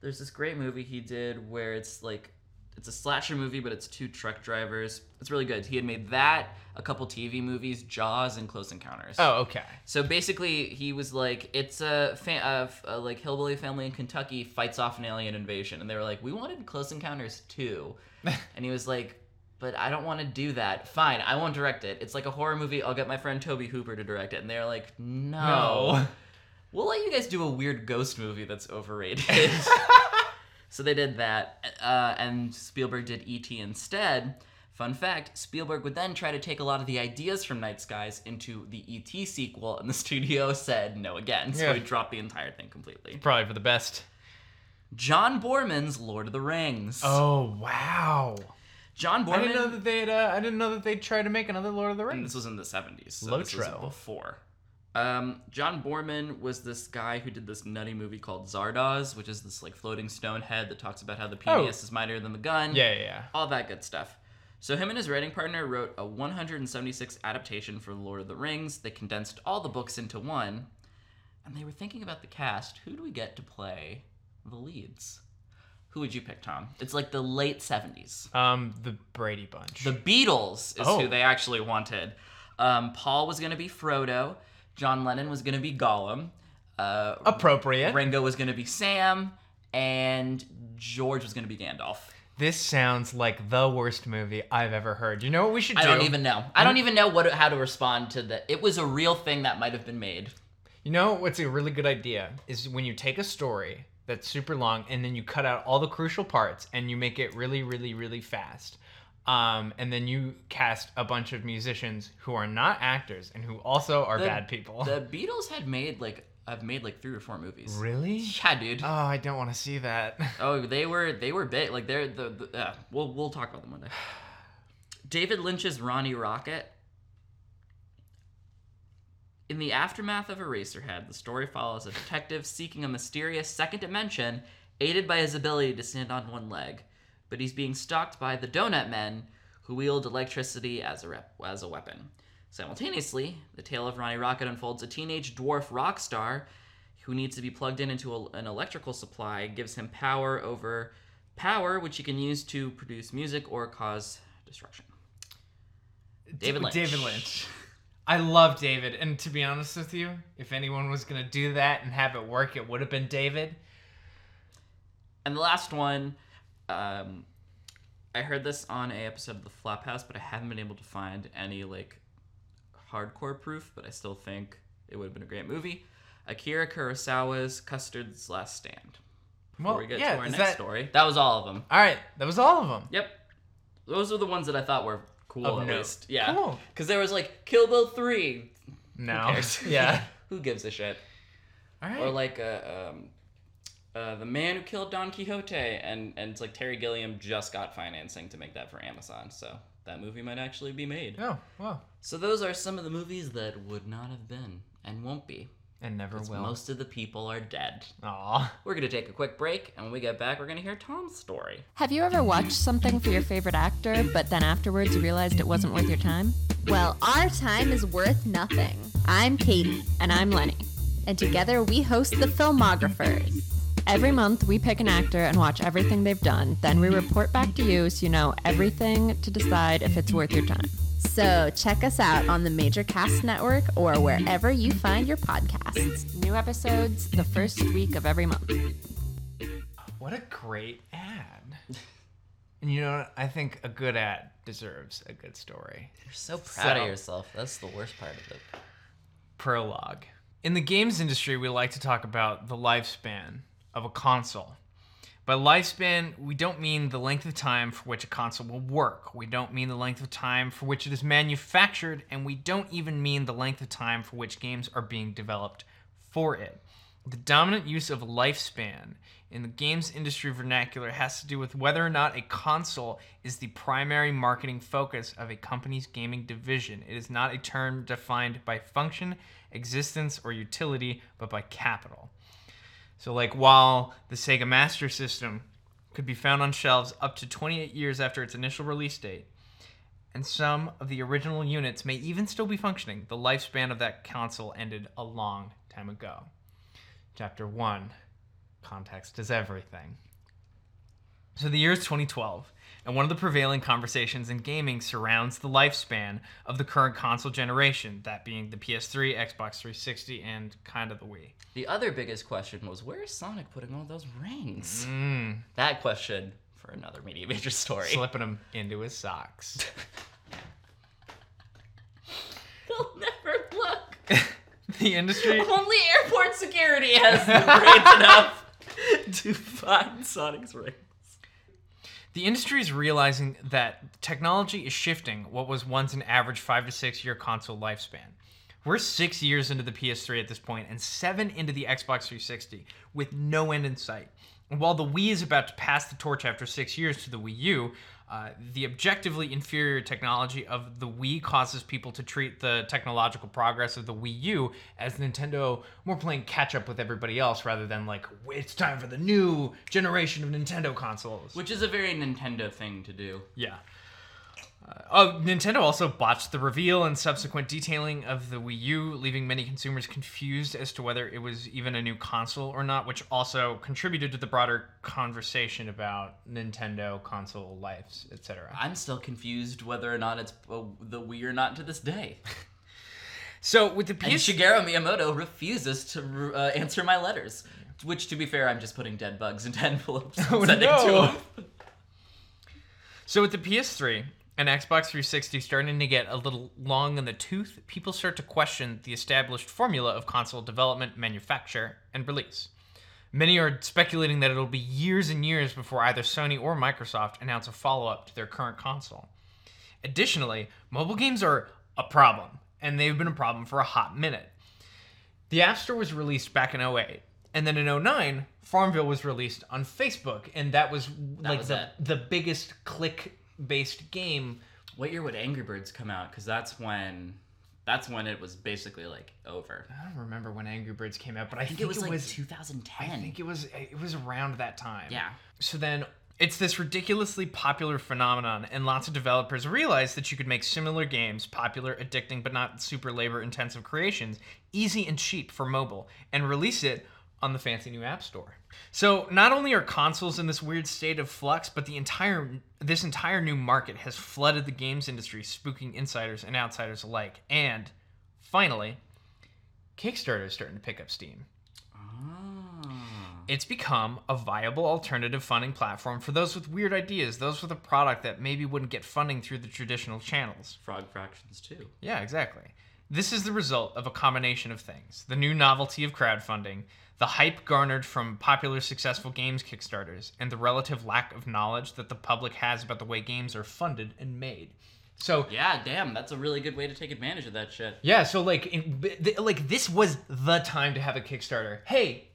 Speaker 1: there's this great movie he did where it's like it's a slasher movie but it's two truck drivers. It's really good. He had made that, a couple TV movies, Jaws and Close Encounters.
Speaker 2: Oh, okay.
Speaker 1: So basically, he was like, "It's a, fa- a, f- a, like hillbilly family in Kentucky fights off an alien invasion," and they were like, "We wanted Close Encounters too," and he was like, "But I don't want to do that. Fine, I won't direct it. It's like a horror movie. I'll get my friend Toby Hooper to direct it." And they're like, "No,
Speaker 2: No.
Speaker 1: we'll let you guys do a weird ghost movie that's overrated." so they did that, uh, and Spielberg did E.T. instead. Fun fact: Spielberg would then try to take a lot of the ideas from Night Skies into the E.T. sequel, and the studio said no again, so
Speaker 2: Yeah.
Speaker 1: he dropped the entire thing completely.
Speaker 2: Probably for the best.
Speaker 1: John Borman's Lord of the Rings.
Speaker 2: Oh wow.
Speaker 1: John
Speaker 2: I didn't know
Speaker 1: Borman.
Speaker 2: that they'd. Uh, I didn't know that they'd try to make another Lord of the
Speaker 1: and
Speaker 2: Rings.
Speaker 1: This was in the seventies. So This
Speaker 2: Lotro.
Speaker 1: was before. Um, John Borman was this guy who did this nutty movie called Zardoz, which is this like floating stone head that talks about how the
Speaker 2: Oh.
Speaker 1: penis is mightier than the gun.
Speaker 2: Yeah, yeah, yeah.
Speaker 1: all that good stuff. So him and his writing partner wrote a 176 adaptation for Lord of the Rings. They condensed all the books into one, and they were thinking about the cast. Who do we get to play the leads? Who would you pick, Tom? It's like the late 70s.
Speaker 2: Um, the Brady Bunch.
Speaker 1: The Beatles is
Speaker 2: Oh.
Speaker 1: who they actually wanted. Um, Paul was going to be Frodo. John Lennon was going to be Gollum. Uh,
Speaker 2: appropriate.
Speaker 1: Ringo was going to be Sam, and George was going to be Gandalf.
Speaker 2: This sounds like the worst movie I've ever heard. You know what we should do?
Speaker 1: I don't even know. I
Speaker 2: Mm-hmm.
Speaker 1: don't even know what how to respond to that. It was a real thing that might have been made.
Speaker 2: You know what's a really good idea is when you take a story that's super long and then you cut out all the crucial parts and you make it really, really, really fast. Um, and then you cast a bunch of musicians who are not actors and who also are bad people.
Speaker 1: The Beatles had made like I've made like three or four movies.
Speaker 2: really?
Speaker 1: Yeah, dude.
Speaker 2: Oh, I don't want to see that.
Speaker 1: Oh, they were they were big. Like they're the, the uh, we'll we'll talk about them one day. David Lynch's Ronnie Rocket. In the aftermath of Eraserhead, the story follows a detective seeking a mysterious second dimension, aided by his ability to stand on one leg. But he's being stalked by the Donut Men, who wield electricity as a rep- as a weapon. Simultaneously, the tale of Ronnie Rocket unfolds a teenage dwarf rock star who needs to be plugged in into a, an electrical supply gives him power over power which he can use to produce music or cause destruction david lynch
Speaker 2: David Lynch. I love David. And to be honest with you, if anyone was going to do that and have it work, it would have been David.
Speaker 1: and the last one um, i heard this on a episode of the flophouse but i haven't been able to find any like hardcore proof but i still think it would have been a great movie akira kurosawa's custard's last stand before
Speaker 2: Well,
Speaker 1: we get
Speaker 2: yeah,
Speaker 1: to our
Speaker 2: is
Speaker 1: next
Speaker 2: that-
Speaker 1: story that was all of them
Speaker 2: All right, that was all of them.
Speaker 1: Yep. Those are the ones that I thought were cool
Speaker 2: Of
Speaker 1: at
Speaker 2: note.
Speaker 1: least. Yeah.
Speaker 2: Cool.
Speaker 1: Cuz there was like Kill Bill 3.
Speaker 2: No.
Speaker 1: Who cares?
Speaker 2: Yeah.
Speaker 1: Who gives a shit?
Speaker 2: All right.
Speaker 1: Or like a um uh, the man who killed Don Quixote, and and it's like Terry Gilliam just got financing to make that for Amazon, so that movie might actually be made.
Speaker 2: Oh, wow.
Speaker 1: So those are some of the movies that would not have been and won't be.
Speaker 2: And never will.
Speaker 1: Most of the people are dead.
Speaker 2: Aw.
Speaker 1: We're gonna take a quick break, and when we get back, we're gonna hear Tom's story.
Speaker 3: Have you ever watched something for your favorite actor, but then afterwards you realized it wasn't worth your time?
Speaker 4: Well, our time is worth nothing.
Speaker 3: I'm Katie.
Speaker 4: And I'm Lenny. And together we host the Filmographers.
Speaker 3: Every month we pick an actor and watch everything they've done, then we report back to you so you know everything to decide if it's worth your time.
Speaker 4: So check us out on the Major Cast Network or wherever you find your podcasts.
Speaker 3: New episodes the first week of every month.
Speaker 2: What a great ad. And you know, what? I think a good ad deserves a good story.
Speaker 1: You're so proud
Speaker 2: So-
Speaker 1: of yourself. That's the worst part of it.
Speaker 2: Prologue. In the games industry, we like to talk about the lifespan of a console. By lifespan, we don't mean the length of time for which a console will work. We don't mean the length of time for which it is manufactured, and we don't even mean the length of time for which games are being developed for it. The dominant use of lifespan in the games industry vernacular has to do with whether or not a console is the primary marketing focus of a company's gaming division. It is not a term defined by function, existence, or utility, but by capital. So, like, while the Sega Master System could be found on shelves up to 28 years after its initial release date, and some of the original units may even still be functioning, the lifespan of that console ended a long time ago. Chapter 1 Context is Everything. So the year is 2012, and one of the prevailing conversations in gaming surrounds the lifespan of the current console generation, that being the PS3, Xbox 360, and kind of the Wii.
Speaker 1: The other biggest question was where is Sonic putting all those rings?
Speaker 2: Mm.
Speaker 1: That question for another media major story.
Speaker 2: Slipping them into his socks.
Speaker 1: They'll never look.
Speaker 2: the industry.
Speaker 1: Only airport security has been brave enough to find Sonic's ring.
Speaker 2: The industry is realizing that technology is shifting what was once an average five to six year console lifespan. We're six years into the PS3 at this point and seven into the Xbox 360 with no end in sight. And while the Wii is about to pass the torch after six years to the Wii U, uh, the objectively inferior technology of the Wii causes people to treat the technological progress of the Wii U as Nintendo more playing catch up with everybody else rather than like, it's time for the new generation of Nintendo consoles.
Speaker 1: Which is a very Nintendo thing to do.
Speaker 2: Yeah. Uh, oh, Nintendo also botched the reveal and subsequent detailing of the Wii U, leaving many consumers confused as to whether it was even a new console or not, which also contributed to the broader conversation about Nintendo console lives, etc.
Speaker 1: I'm still confused whether or not it's uh, the Wii or not to this day.
Speaker 2: So with the
Speaker 1: And
Speaker 2: PS,
Speaker 1: Shigeru Miyamoto refuses to uh, answer my letters. Which, to be fair, I'm just putting dead bugs into envelopes and
Speaker 2: Oh,
Speaker 1: sending
Speaker 2: no.
Speaker 1: to him.
Speaker 2: so with the PS3 and Xbox 360 starting to get a little long in the tooth, people start to question the established formula of console development, manufacture, and release. Many are speculating that it'll be years and years before either Sony or Microsoft announce a follow up to their current console. Additionally, mobile games are a problem, and they've been a problem for a hot minute. The App Store was released back in 08, and then in 09, Farmville was released on Facebook, and that was like
Speaker 1: was
Speaker 2: the,
Speaker 1: it.
Speaker 2: the biggest click based game.
Speaker 1: What year would Angry Birds come out? Because that's when, that's when it was basically like over. I
Speaker 2: I don't remember when Angry Birds came out, but I, think,
Speaker 1: think it was
Speaker 2: it
Speaker 1: like
Speaker 2: was
Speaker 1: 2010.
Speaker 2: I think it was it was around that time.
Speaker 1: Yeah.
Speaker 2: So then it's this ridiculously popular phenomenon, and lots of developers realized that you could make similar games, popular, addicting, but not super labor intensive creations, easy and cheap for mobile, and release it on the fancy new app store. So not only are consoles in this weird state of flux, but the entire this entire new market has flooded the games industry, spooking insiders and outsiders alike. And finally, Kickstarter is starting to pick up steam it's become a viable alternative funding platform for those with weird ideas, those with a product that maybe wouldn't get funding through the traditional channels.
Speaker 1: Frog Fractions too.
Speaker 2: Yeah, exactly. This is the result of a combination of things the new novelty of crowdfunding, the hype garnered from popular successful games Kickstarters, and the relative lack of knowledge that the public has about the way games are funded and made. So,
Speaker 1: Yeah, damn, that's a really good way to take advantage of that shit.
Speaker 2: yeah, so like, in, th- like this was the time to have a Kickstarter. Hey,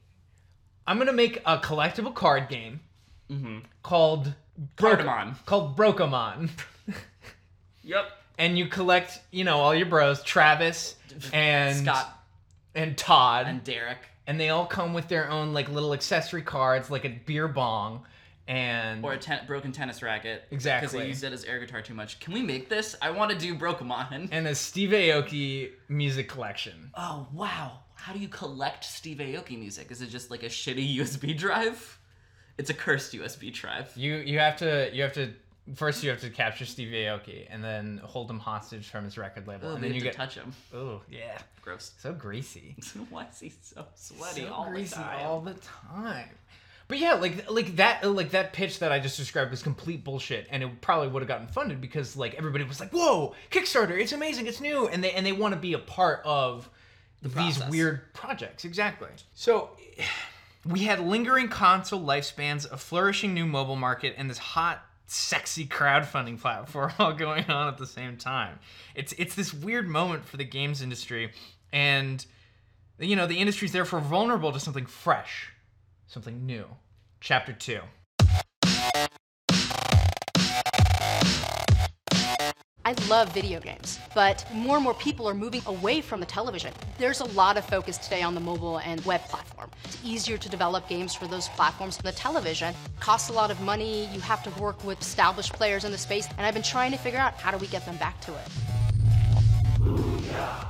Speaker 2: I'm gonna make a collectible card game called
Speaker 1: Mm-hmm. Cardamon.
Speaker 2: Called Brokamon.
Speaker 1: Yep.
Speaker 2: and you collect, you know, all your bros, Travis and
Speaker 1: Scott
Speaker 2: and Todd,
Speaker 1: and Derek.
Speaker 2: and they all come with their own like little accessory cards, like a beer bong, and
Speaker 1: Or a ten- broken tennis racket. Because
Speaker 2: Exactly.
Speaker 1: they used it as air guitar too much. Can we make this? I want to do Brokemon.
Speaker 2: and a Steve Aoki music collection.
Speaker 1: oh, wow. How do you collect Steve Aoki music? Is it just like a shitty USB drive? It's a cursed USB drive.
Speaker 2: You you have to you have to first you have to capture Steve Aoki and then hold him hostage from his record label,
Speaker 1: Oh,
Speaker 2: and
Speaker 1: they
Speaker 2: then
Speaker 1: have
Speaker 2: you get
Speaker 1: to touch him.
Speaker 2: oh yeah,
Speaker 1: Gross.
Speaker 2: so greasy.
Speaker 1: Why is he so sweaty
Speaker 2: so
Speaker 1: all
Speaker 2: greasy
Speaker 1: the time?
Speaker 2: all the time. But yeah, like like that like that pitch that I just described was complete bullshit, and it probably would have gotten funded because like everybody was like, "Whoa, Kickstarter! It's amazing! It's new!" and they and they want to be a part of these
Speaker 1: process.
Speaker 2: weird projects. Exactly. So we had lingering console lifespans, a flourishing new mobile market, and this hot, sexy crowdfunding platform all going on at the same time. It's it's this weird moment for the games industry, and you know the industry's therefore vulnerable to something fresh, something new. Chapter two.
Speaker 5: I love video games, but more and more people are moving away from the television. There's a lot of focus today on the mobile and web platform. It's easier to develop games for those platforms than the television. Costs a lot of money, you have to work with established players in the space, and I've been trying to figure out how do we get them back to it.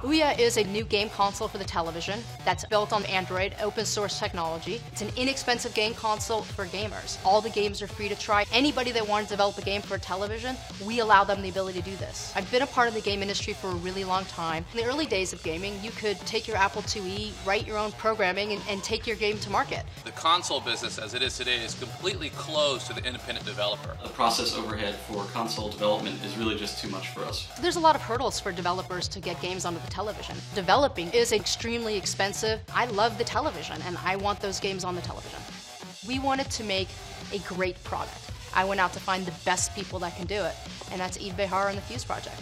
Speaker 5: Ouya is a new game console for the television that's built on Android, open source technology. It's an inexpensive game console for gamers. All the games are free to try. Anybody that wants to develop a game for television, we allow them the ability to do this. I've been a part of the game industry for a really long time. In the early days of gaming, you could take your Apple IIe, write your own programming, and, and take your game to market.
Speaker 6: The console business as it is today is completely closed to the independent developer.
Speaker 7: The process overhead for console development is really just too much for us.
Speaker 5: There's a lot of hurdles for developers to get games onto the television. Developing is extremely expensive. I love the television and I want those games on the television. We wanted to make a great product. I went out to find the best people that can do it, and that's Eve Behar and the Fuse Project.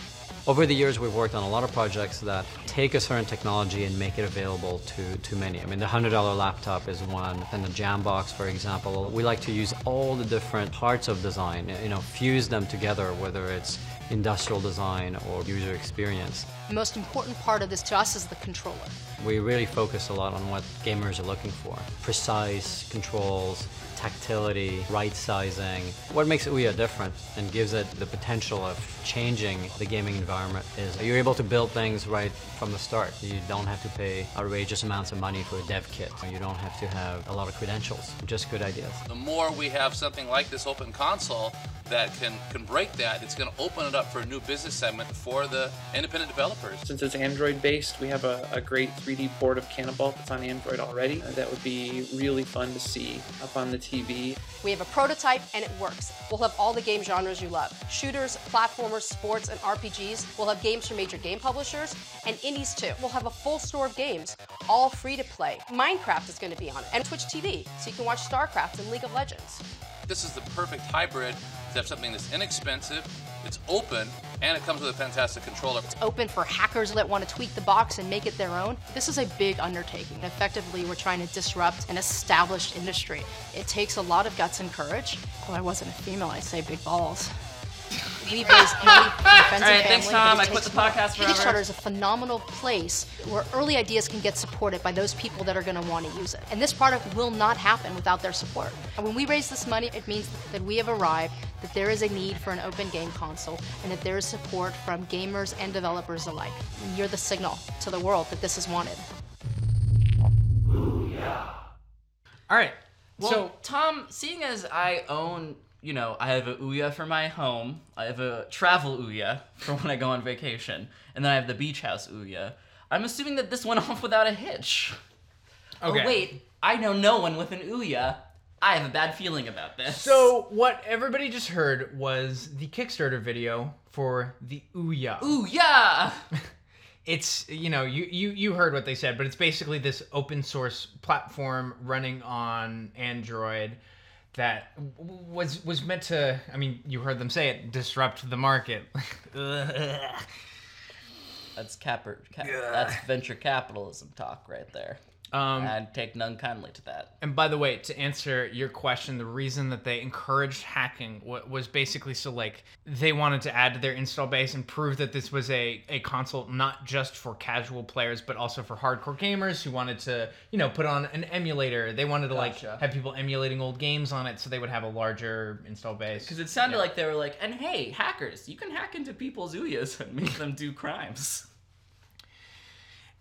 Speaker 8: Over the years, we've worked on a lot of projects that take a certain technology and make it available to, to many. I mean, the $100 laptop is one, and the Jambox, for example. We like to use all the different parts of design, you know, fuse them together, whether it's industrial design or user experience.
Speaker 5: The most important part of this to us is the controller.
Speaker 8: We really focus a lot on what gamers are looking for precise controls, tactility, right sizing. What makes Ouya different and gives it the potential of changing the gaming environment is you're able to build things right from the start. You don't have to pay outrageous amounts of money for a dev kit, you don't have to have a lot of credentials, just good ideas.
Speaker 6: The more we have something like this open console that can, can break that, it's going to open it up for a new business segment for the independent developers.
Speaker 9: Since it's Android based, we have a, a great 3D port of Cannonball that's on Android already. Uh, That would be really fun to see up on the TV.
Speaker 5: We have a prototype and it works. We'll have all the game genres you love shooters, platformers, sports, and RPGs. We'll have games from major game publishers and indies too. We'll have a full store of games, all free to play. Minecraft is going to be on it and Twitch TV, so you can watch StarCraft and League of Legends.
Speaker 6: This is the perfect hybrid to have something that's inexpensive, it's open, and it comes with a fantastic controller.
Speaker 5: Open for hackers that want to tweak the box and make it their own. This is a big undertaking. Effectively, we're trying to disrupt an established industry. It takes a lot of guts and courage. Well, I wasn't a female, I'd say big balls. Maybe based on friends
Speaker 1: All
Speaker 5: and
Speaker 1: right, thanks,
Speaker 5: family,
Speaker 1: Tom.
Speaker 5: but
Speaker 1: I
Speaker 5: it
Speaker 1: quit
Speaker 5: takes
Speaker 1: the
Speaker 5: more.
Speaker 1: podcast forever.
Speaker 5: Kickstarter is a phenomenal place where early ideas can get supported by those people that are going to want to use it. And this product will not happen without their support. And when we raise this money, it means that we have arrived, that there is a need for an open game console, and that there is support from gamers and developers alike. You're the signal to the world that this is wanted.
Speaker 2: All right.
Speaker 1: Well,
Speaker 2: so
Speaker 1: Tom, seeing as I own, you know, I have a Ouya for my home, I have a travel Ouya for when I go on vacation, and then I have the beach house Ouya, I'm assuming that this went off without a hitch.
Speaker 2: okay.
Speaker 1: Oh, wait, I know no one with an Ouya. I have a bad feeling about this.
Speaker 2: So what everybody just heard was the Kickstarter video for the Ouya.
Speaker 1: Ouya!
Speaker 2: it's you know you, you you heard what they said but it's basically this open source platform running on android that w- was was meant to i mean you heard them say it disrupt the market
Speaker 1: That's, capper, cap- that's venture capitalism talk right there.
Speaker 2: Um,
Speaker 1: I take none kindly to that.
Speaker 2: And by the way, to answer your question, the reason that they encouraged hacking wa- was basically so like they wanted to add to their install base and prove that this was a, a console not just for casual players but also for hardcore gamers who wanted to you know put on an emulator. They wanted to
Speaker 1: Gotcha.
Speaker 2: like have people emulating old games on it so they would have a larger install base.
Speaker 1: Because it sounded like they were like, and hey, hackers, you can hack into people's Uyas and make them do crimes.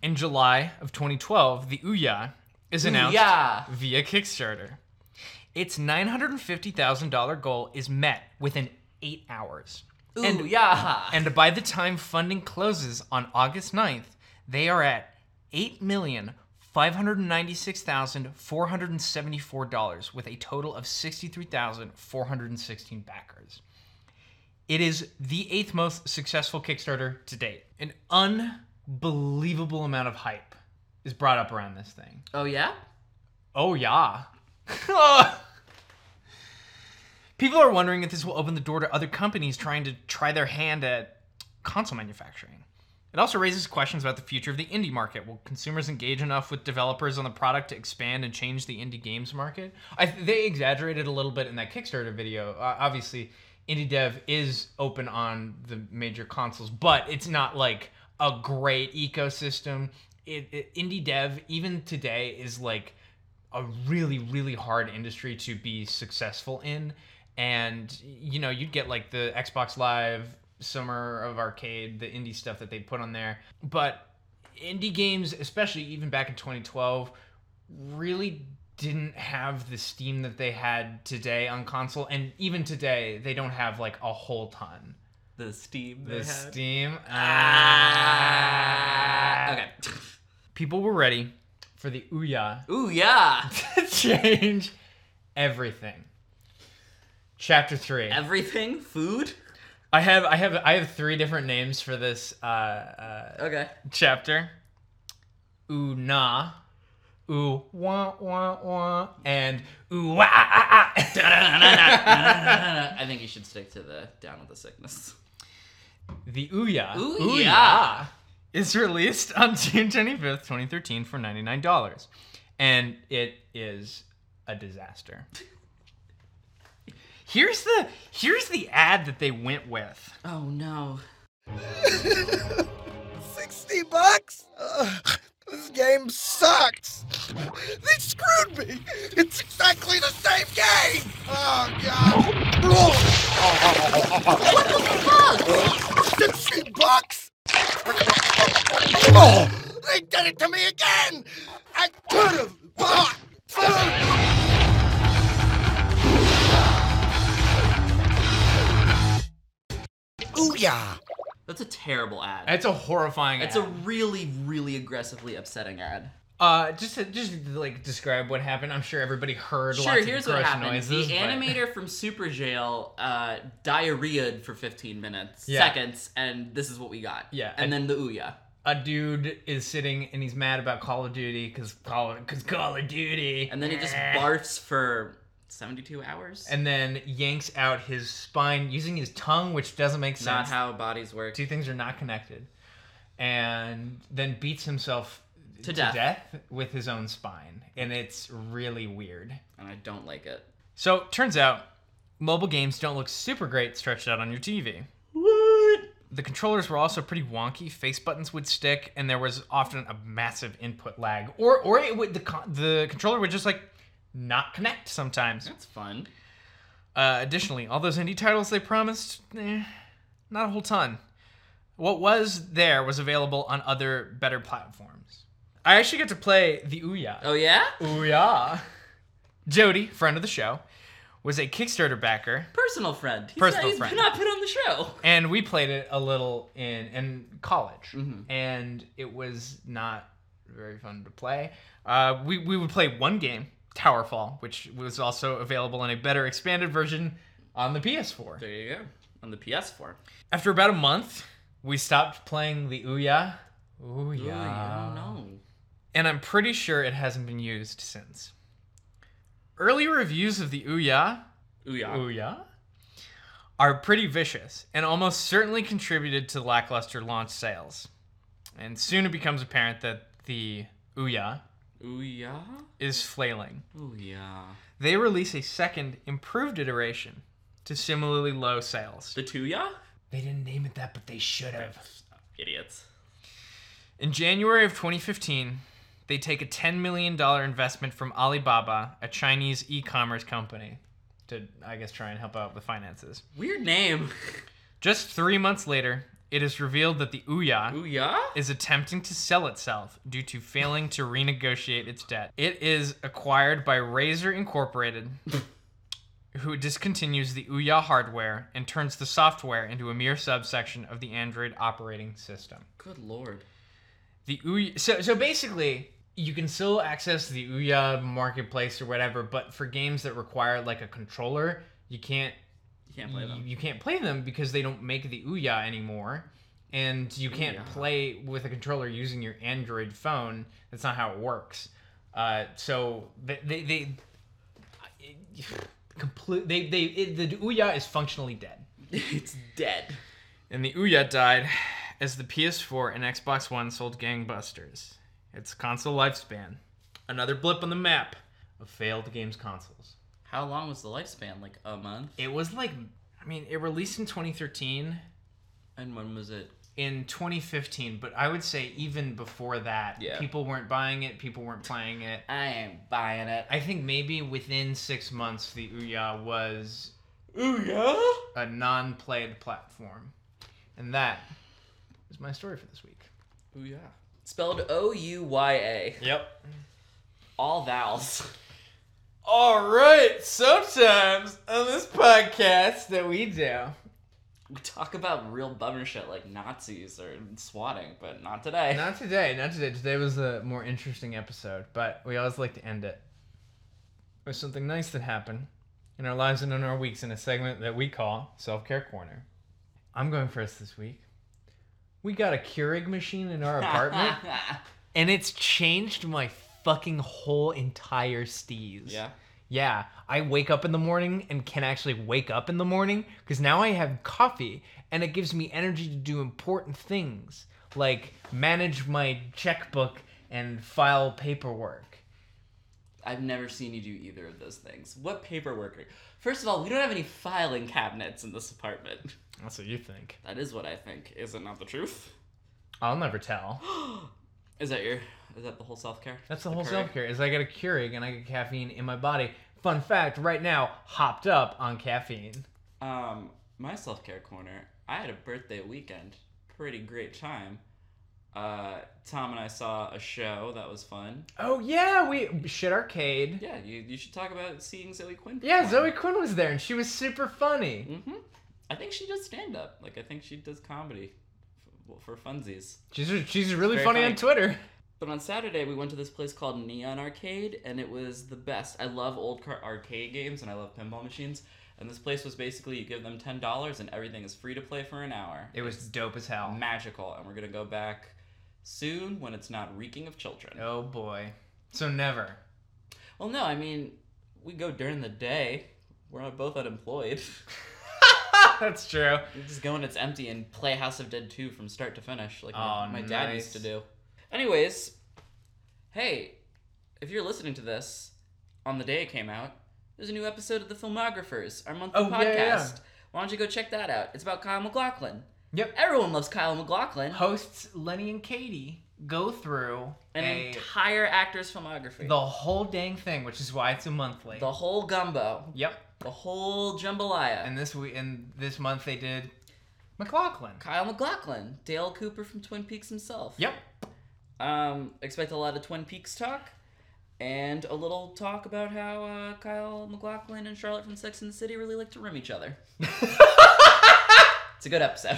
Speaker 2: In July of 2012, the Ouya is announced
Speaker 1: Yeah.
Speaker 2: via Kickstarter. Its $950,000 goal is met within eight hours.
Speaker 1: Ooh, yeah.
Speaker 2: And by the time funding closes on August 9th, they are at $8,596,474 with a total of 63,416 backers. It is the eighth most successful Kickstarter to date. An unbelievable amount of hype is brought up around this thing.
Speaker 1: oh, yeah?
Speaker 2: Oh, yeah. People are wondering if this will open the door to other companies trying to try their hand at console manufacturing. It also raises questions about the future of the indie market. Will consumers engage enough with developers on the product to expand and change the indie games market? I, they exaggerated a little bit in that Kickstarter video. Uh, obviously, indie dev is open on the major consoles, but it's not like a great ecosystem. It, it, indie dev, even today, is like a really really hard industry to be successful in and you know you'd get like the xbox live summer of arcade the indie stuff that they put on there but indie games especially even back in 2012 really didn't have the steam that they had today on console and even today they don't have like a whole ton
Speaker 1: The Steam.
Speaker 2: the
Speaker 1: they had.
Speaker 2: steam Ah.
Speaker 1: Okay.
Speaker 2: people were ready for the ouya
Speaker 1: Ooh, yeah.
Speaker 2: to change everything. Chapter three.
Speaker 1: Everything? Food?
Speaker 2: I have I have I have three different names for this uh, uh,
Speaker 1: Okay.
Speaker 2: chapter. Ooh nah, ooh wah wah wah, and ooh wah ah, ah.
Speaker 1: I think you should stick to the down with the sickness.
Speaker 2: The Ouya.
Speaker 1: Ouya.
Speaker 2: Is released on June 25th, 2013 for $99. And it is a disaster. Here's the here's the ad that they went with.
Speaker 1: Oh, no.
Speaker 10: 60 bucks? Ugh, this game sucks. They screwed me. It's exactly the same game. Oh, God. What the fuck? 60 bucks? Oh, they did it to me again. I could have bought food. Ooh, yeah.
Speaker 1: That's a terrible ad.
Speaker 2: It's a horrifying
Speaker 1: It's a
Speaker 2: ad.
Speaker 1: really, really aggressively upsetting ad.
Speaker 2: uh just to, just to, like describe what happened. I'm sure everybody heard
Speaker 1: Sure,
Speaker 2: lots of
Speaker 1: here's
Speaker 2: gross
Speaker 1: what happened.
Speaker 2: noises.
Speaker 1: the
Speaker 2: but-
Speaker 1: animator from Super Jail uh, diarrheaed for 15 minutes,
Speaker 2: Yeah.
Speaker 1: seconds, and this is what we got.
Speaker 2: Yeah,
Speaker 1: And
Speaker 2: and-
Speaker 1: then the Ouya.
Speaker 2: a dude is sitting and he's mad about Call of Duty cuz Call cuz Call of Duty. Eh.
Speaker 1: And then he just barfs for 72 hours.
Speaker 2: and then yanks out his spine using his tongue, which doesn't make sense.
Speaker 1: not how bodies work.
Speaker 2: Two things are not connected. And then beats himself to,
Speaker 1: death.
Speaker 2: with his own spine. And it's really weird.
Speaker 1: And I don't like it.
Speaker 2: So, turns out mobile games don't look super great stretched out on your TV. The controllers were also pretty wonky. Face buttons would stick, and there was often a massive input lag, or or it would the con- the controller would just like not connect sometimes.
Speaker 1: That's fun.
Speaker 2: Uh, additionally, all those indie titles they promised, eh, not a whole ton. What was there was available on other better platforms. I actually got to play the Ouya.
Speaker 1: Oh, yeah?
Speaker 2: Ouya. Jody, friend of the show, was a Kickstarter backer,
Speaker 1: Personal friend. He's
Speaker 2: Personal
Speaker 1: not, he's
Speaker 2: friend.
Speaker 1: not been on the show.
Speaker 2: and we played it a little in in college, and it was not very fun to play. Uh, we we would play one game, Towerfall, which was also available in a better expanded version on the PS4.
Speaker 1: There you go. On the PS4.
Speaker 2: After about a month, we stopped playing the Ouya.
Speaker 1: Ooh,
Speaker 2: Ouya.
Speaker 1: I don't know.
Speaker 2: And I'm pretty sure it hasn't been used since. Early reviews of the Ouya,
Speaker 1: Ouya.
Speaker 2: Ouya are pretty vicious and almost certainly contributed to lackluster launch sales. And soon it becomes apparent that the Ouya
Speaker 1: Ooh yeah.
Speaker 2: is flailing.
Speaker 1: Ooh yeah.
Speaker 2: They release a second improved iteration to similarly low sales.
Speaker 1: The two yeah.
Speaker 2: They didn't name it that, but they should have.
Speaker 1: Idiots.
Speaker 2: In January of 2015, they take a $10 million investment from Alibaba, a Chinese e commerce company, to, I guess, try and help out with finances.
Speaker 1: Weird name.
Speaker 2: Just three months later, it is revealed that the Ouya
Speaker 1: Ooh yeah.
Speaker 2: is attempting to sell itself due to failing to renegotiate its debt. It is acquired by Razer Incorporated, who discontinues the Ouya hardware and turns the software into a mere subsection of the Android operating system.
Speaker 1: Good lord.
Speaker 2: The Ouya, so so basically, you can still access the Ouya marketplace or whatever, but for games that require like a controller, you can't
Speaker 1: You can't play
Speaker 2: you-
Speaker 1: them.
Speaker 2: You can't play them because they don't make the Ouya anymore. And you can't
Speaker 1: Ouya.
Speaker 2: play with a controller using your Android phone. That's not how it works. Uh, so they, they, they complete they they it, the Ouya is functionally dead.
Speaker 1: it's dead.
Speaker 2: And the Ouya died as the PS4 and Xbox One sold gangbusters. Its console lifespan, another blip on the map of failed games consoles.
Speaker 1: How long was the lifespan? Like a month.
Speaker 2: It was like, I mean, it released in 2013.
Speaker 1: And when was it?
Speaker 2: in 2015, but I would say even before that,
Speaker 1: Yeah.
Speaker 2: people weren't buying it, people weren't playing it.
Speaker 1: I ain't buying it.
Speaker 2: I think maybe within six months, the Ouya was
Speaker 1: Ooh yeah.
Speaker 2: a non played platform. And that is my story for this week.
Speaker 1: Ooh yeah. Spelled O U Y A.
Speaker 2: Yep.
Speaker 1: All vowels.
Speaker 2: All right. Sometimes on this podcast that we do,
Speaker 1: We talk about real bummer shit like Nazis or swatting, but not today.
Speaker 2: not today, not today. Today was a more interesting episode, but we always like to end it with something nice that happened in our lives and in our weeks in a segment that we call Self Care Corner. I'm going first this week. We got a Keurig machine in our apartment, and it's changed my fucking whole entire steez.
Speaker 1: yeah.
Speaker 2: Yeah, I wake up in the morning and can actually wake up in the morning because now I have coffee and it gives me energy to do important things like manage my checkbook and file paperwork.
Speaker 1: I've never seen you do either of those things. What paperwork? Are... First of all, we don't have any filing cabinets in this apartment.
Speaker 2: That's what you think.
Speaker 1: That is what I think. Is it not the truth?
Speaker 2: I'll never tell.
Speaker 1: Is that your? Is that the whole self care?
Speaker 2: That's the whole self care. Is I got a Keurig and I get caffeine in my body. Fun fact: right now, hopped up on caffeine.
Speaker 1: Um, my self care corner. I had a birthday weekend. Pretty great time. Uh, Tom and I saw a show that was fun.
Speaker 2: Oh yeah, we shit arcade.
Speaker 1: Yeah, you, you should talk about seeing Zoe Quinn.
Speaker 2: Yeah, Zoe Quinn was there and she was super funny.
Speaker 1: Mm-hmm. I think she does stand up. Like I think she does comedy f- for funsies.
Speaker 2: She's she's really
Speaker 1: Very
Speaker 2: funny
Speaker 1: funny.
Speaker 2: on Twitter.
Speaker 1: But on Saturday, we went to this place called Neon Arcade, and it was the best. I love old car- arcade games, and I love pinball machines. And this place was basically you give them ten dollars, and everything is free to play for an hour.
Speaker 2: It was dope as hell.
Speaker 1: magical, and we're gonna go back soon when it's not reeking of children.
Speaker 2: Oh boy. So never.
Speaker 1: Well, no, I mean we go during the day. We're both unemployed.
Speaker 2: That's true.
Speaker 1: You just go when it's empty and play House of Dead 2 from start to finish, like
Speaker 2: Oh,
Speaker 1: my, my dad used to
Speaker 2: nice.
Speaker 1: do. Anyways, hey, if you're listening to this on the day it came out, there's a new episode of The Filmographers, our monthly
Speaker 2: Oh, yeah,
Speaker 1: podcast.
Speaker 2: yeah, yeah.
Speaker 1: Why don't you go check that out? It's about Kyle McLaughlin.
Speaker 2: Yep.
Speaker 1: Everyone loves Kyle McLaughlin.
Speaker 2: Hosts Lenny and Katie go through
Speaker 1: An
Speaker 2: a,
Speaker 1: entire actor's filmography.
Speaker 2: the whole dang thing, which is why it's a monthly.
Speaker 1: The whole gumbo.
Speaker 2: yep.
Speaker 1: The whole jambalaya.
Speaker 2: And this we and this month they did McLaughlin.
Speaker 1: Kyle McLaughlin, Dale Cooper from Twin Peaks himself.
Speaker 2: Yep.
Speaker 1: Um, expect a lot of Twin Peaks talk and a little talk about how uh, Kyle McLaughlin and Charlotte from Sex and the City really like to rim each other. it's a good episode.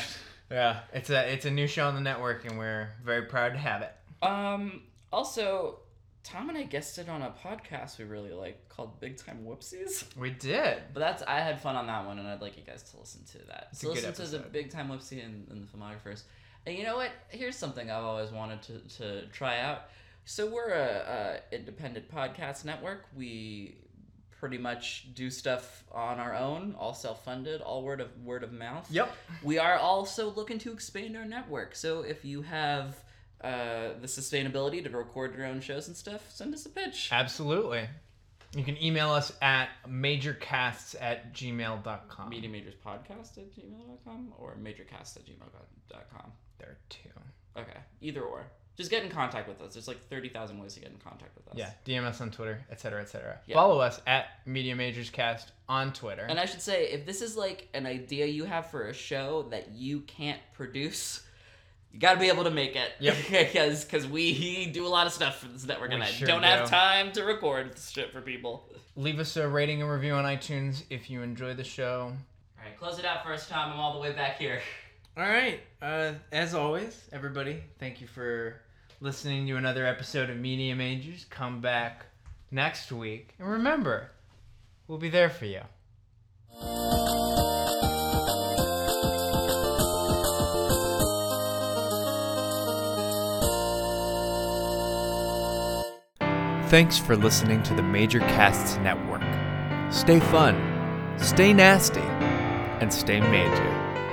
Speaker 2: Yeah. It's a it's a new show on the network and we're very proud to have it.
Speaker 1: Um, also, Tom and I guested on a podcast we really like called Big Time Whoopsies.
Speaker 2: We did.
Speaker 1: But that's I had fun on that one, and I'd like you guys to listen to that.
Speaker 2: It's
Speaker 1: so
Speaker 2: a good
Speaker 1: listen to the
Speaker 2: episode.
Speaker 1: Big Time Whoopsie and, and the filmographers. And you know what? Here's something I've always wanted to, to try out. So we're a, a independent podcast network. We pretty much do stuff on our own, all self funded, all word of word of mouth.
Speaker 2: Yep.
Speaker 1: We are also looking to expand our network. So if you have uh, the sustainability to record your own shows and stuff, send us a pitch.
Speaker 2: Absolutely. You can email us at majorcasts at gmail.com.
Speaker 1: Media Majors Podcast at gmail.com or majorcast at gmail.com.
Speaker 2: There are two.
Speaker 1: Okay, either or. Just get in contact with us. There's like 30,000 ways to get in contact with us.
Speaker 2: Yeah, DM us on Twitter, et cetera, et cetera.
Speaker 1: Yeah.
Speaker 2: Follow us at Media Majors Cast on Twitter.
Speaker 1: And I should say, if this is like an idea you have for a show that you can't produce, you gotta be able to make it. Because we do a lot of stuff for this network, and
Speaker 2: We
Speaker 1: I
Speaker 2: sure
Speaker 1: don't have
Speaker 2: do.
Speaker 1: time to record this shit for people.
Speaker 2: Leave us a rating and review on iTunes if you enjoy the show.
Speaker 1: All right, close it out first time. I'm all the way back here.
Speaker 2: All right. Uh, as always, everybody, thank you for listening to another episode of Media Majors. Come back next week. And remember, we'll be there for you. Thanks for listening to the Major Casts Network. Stay fun, stay nasty, and stay major.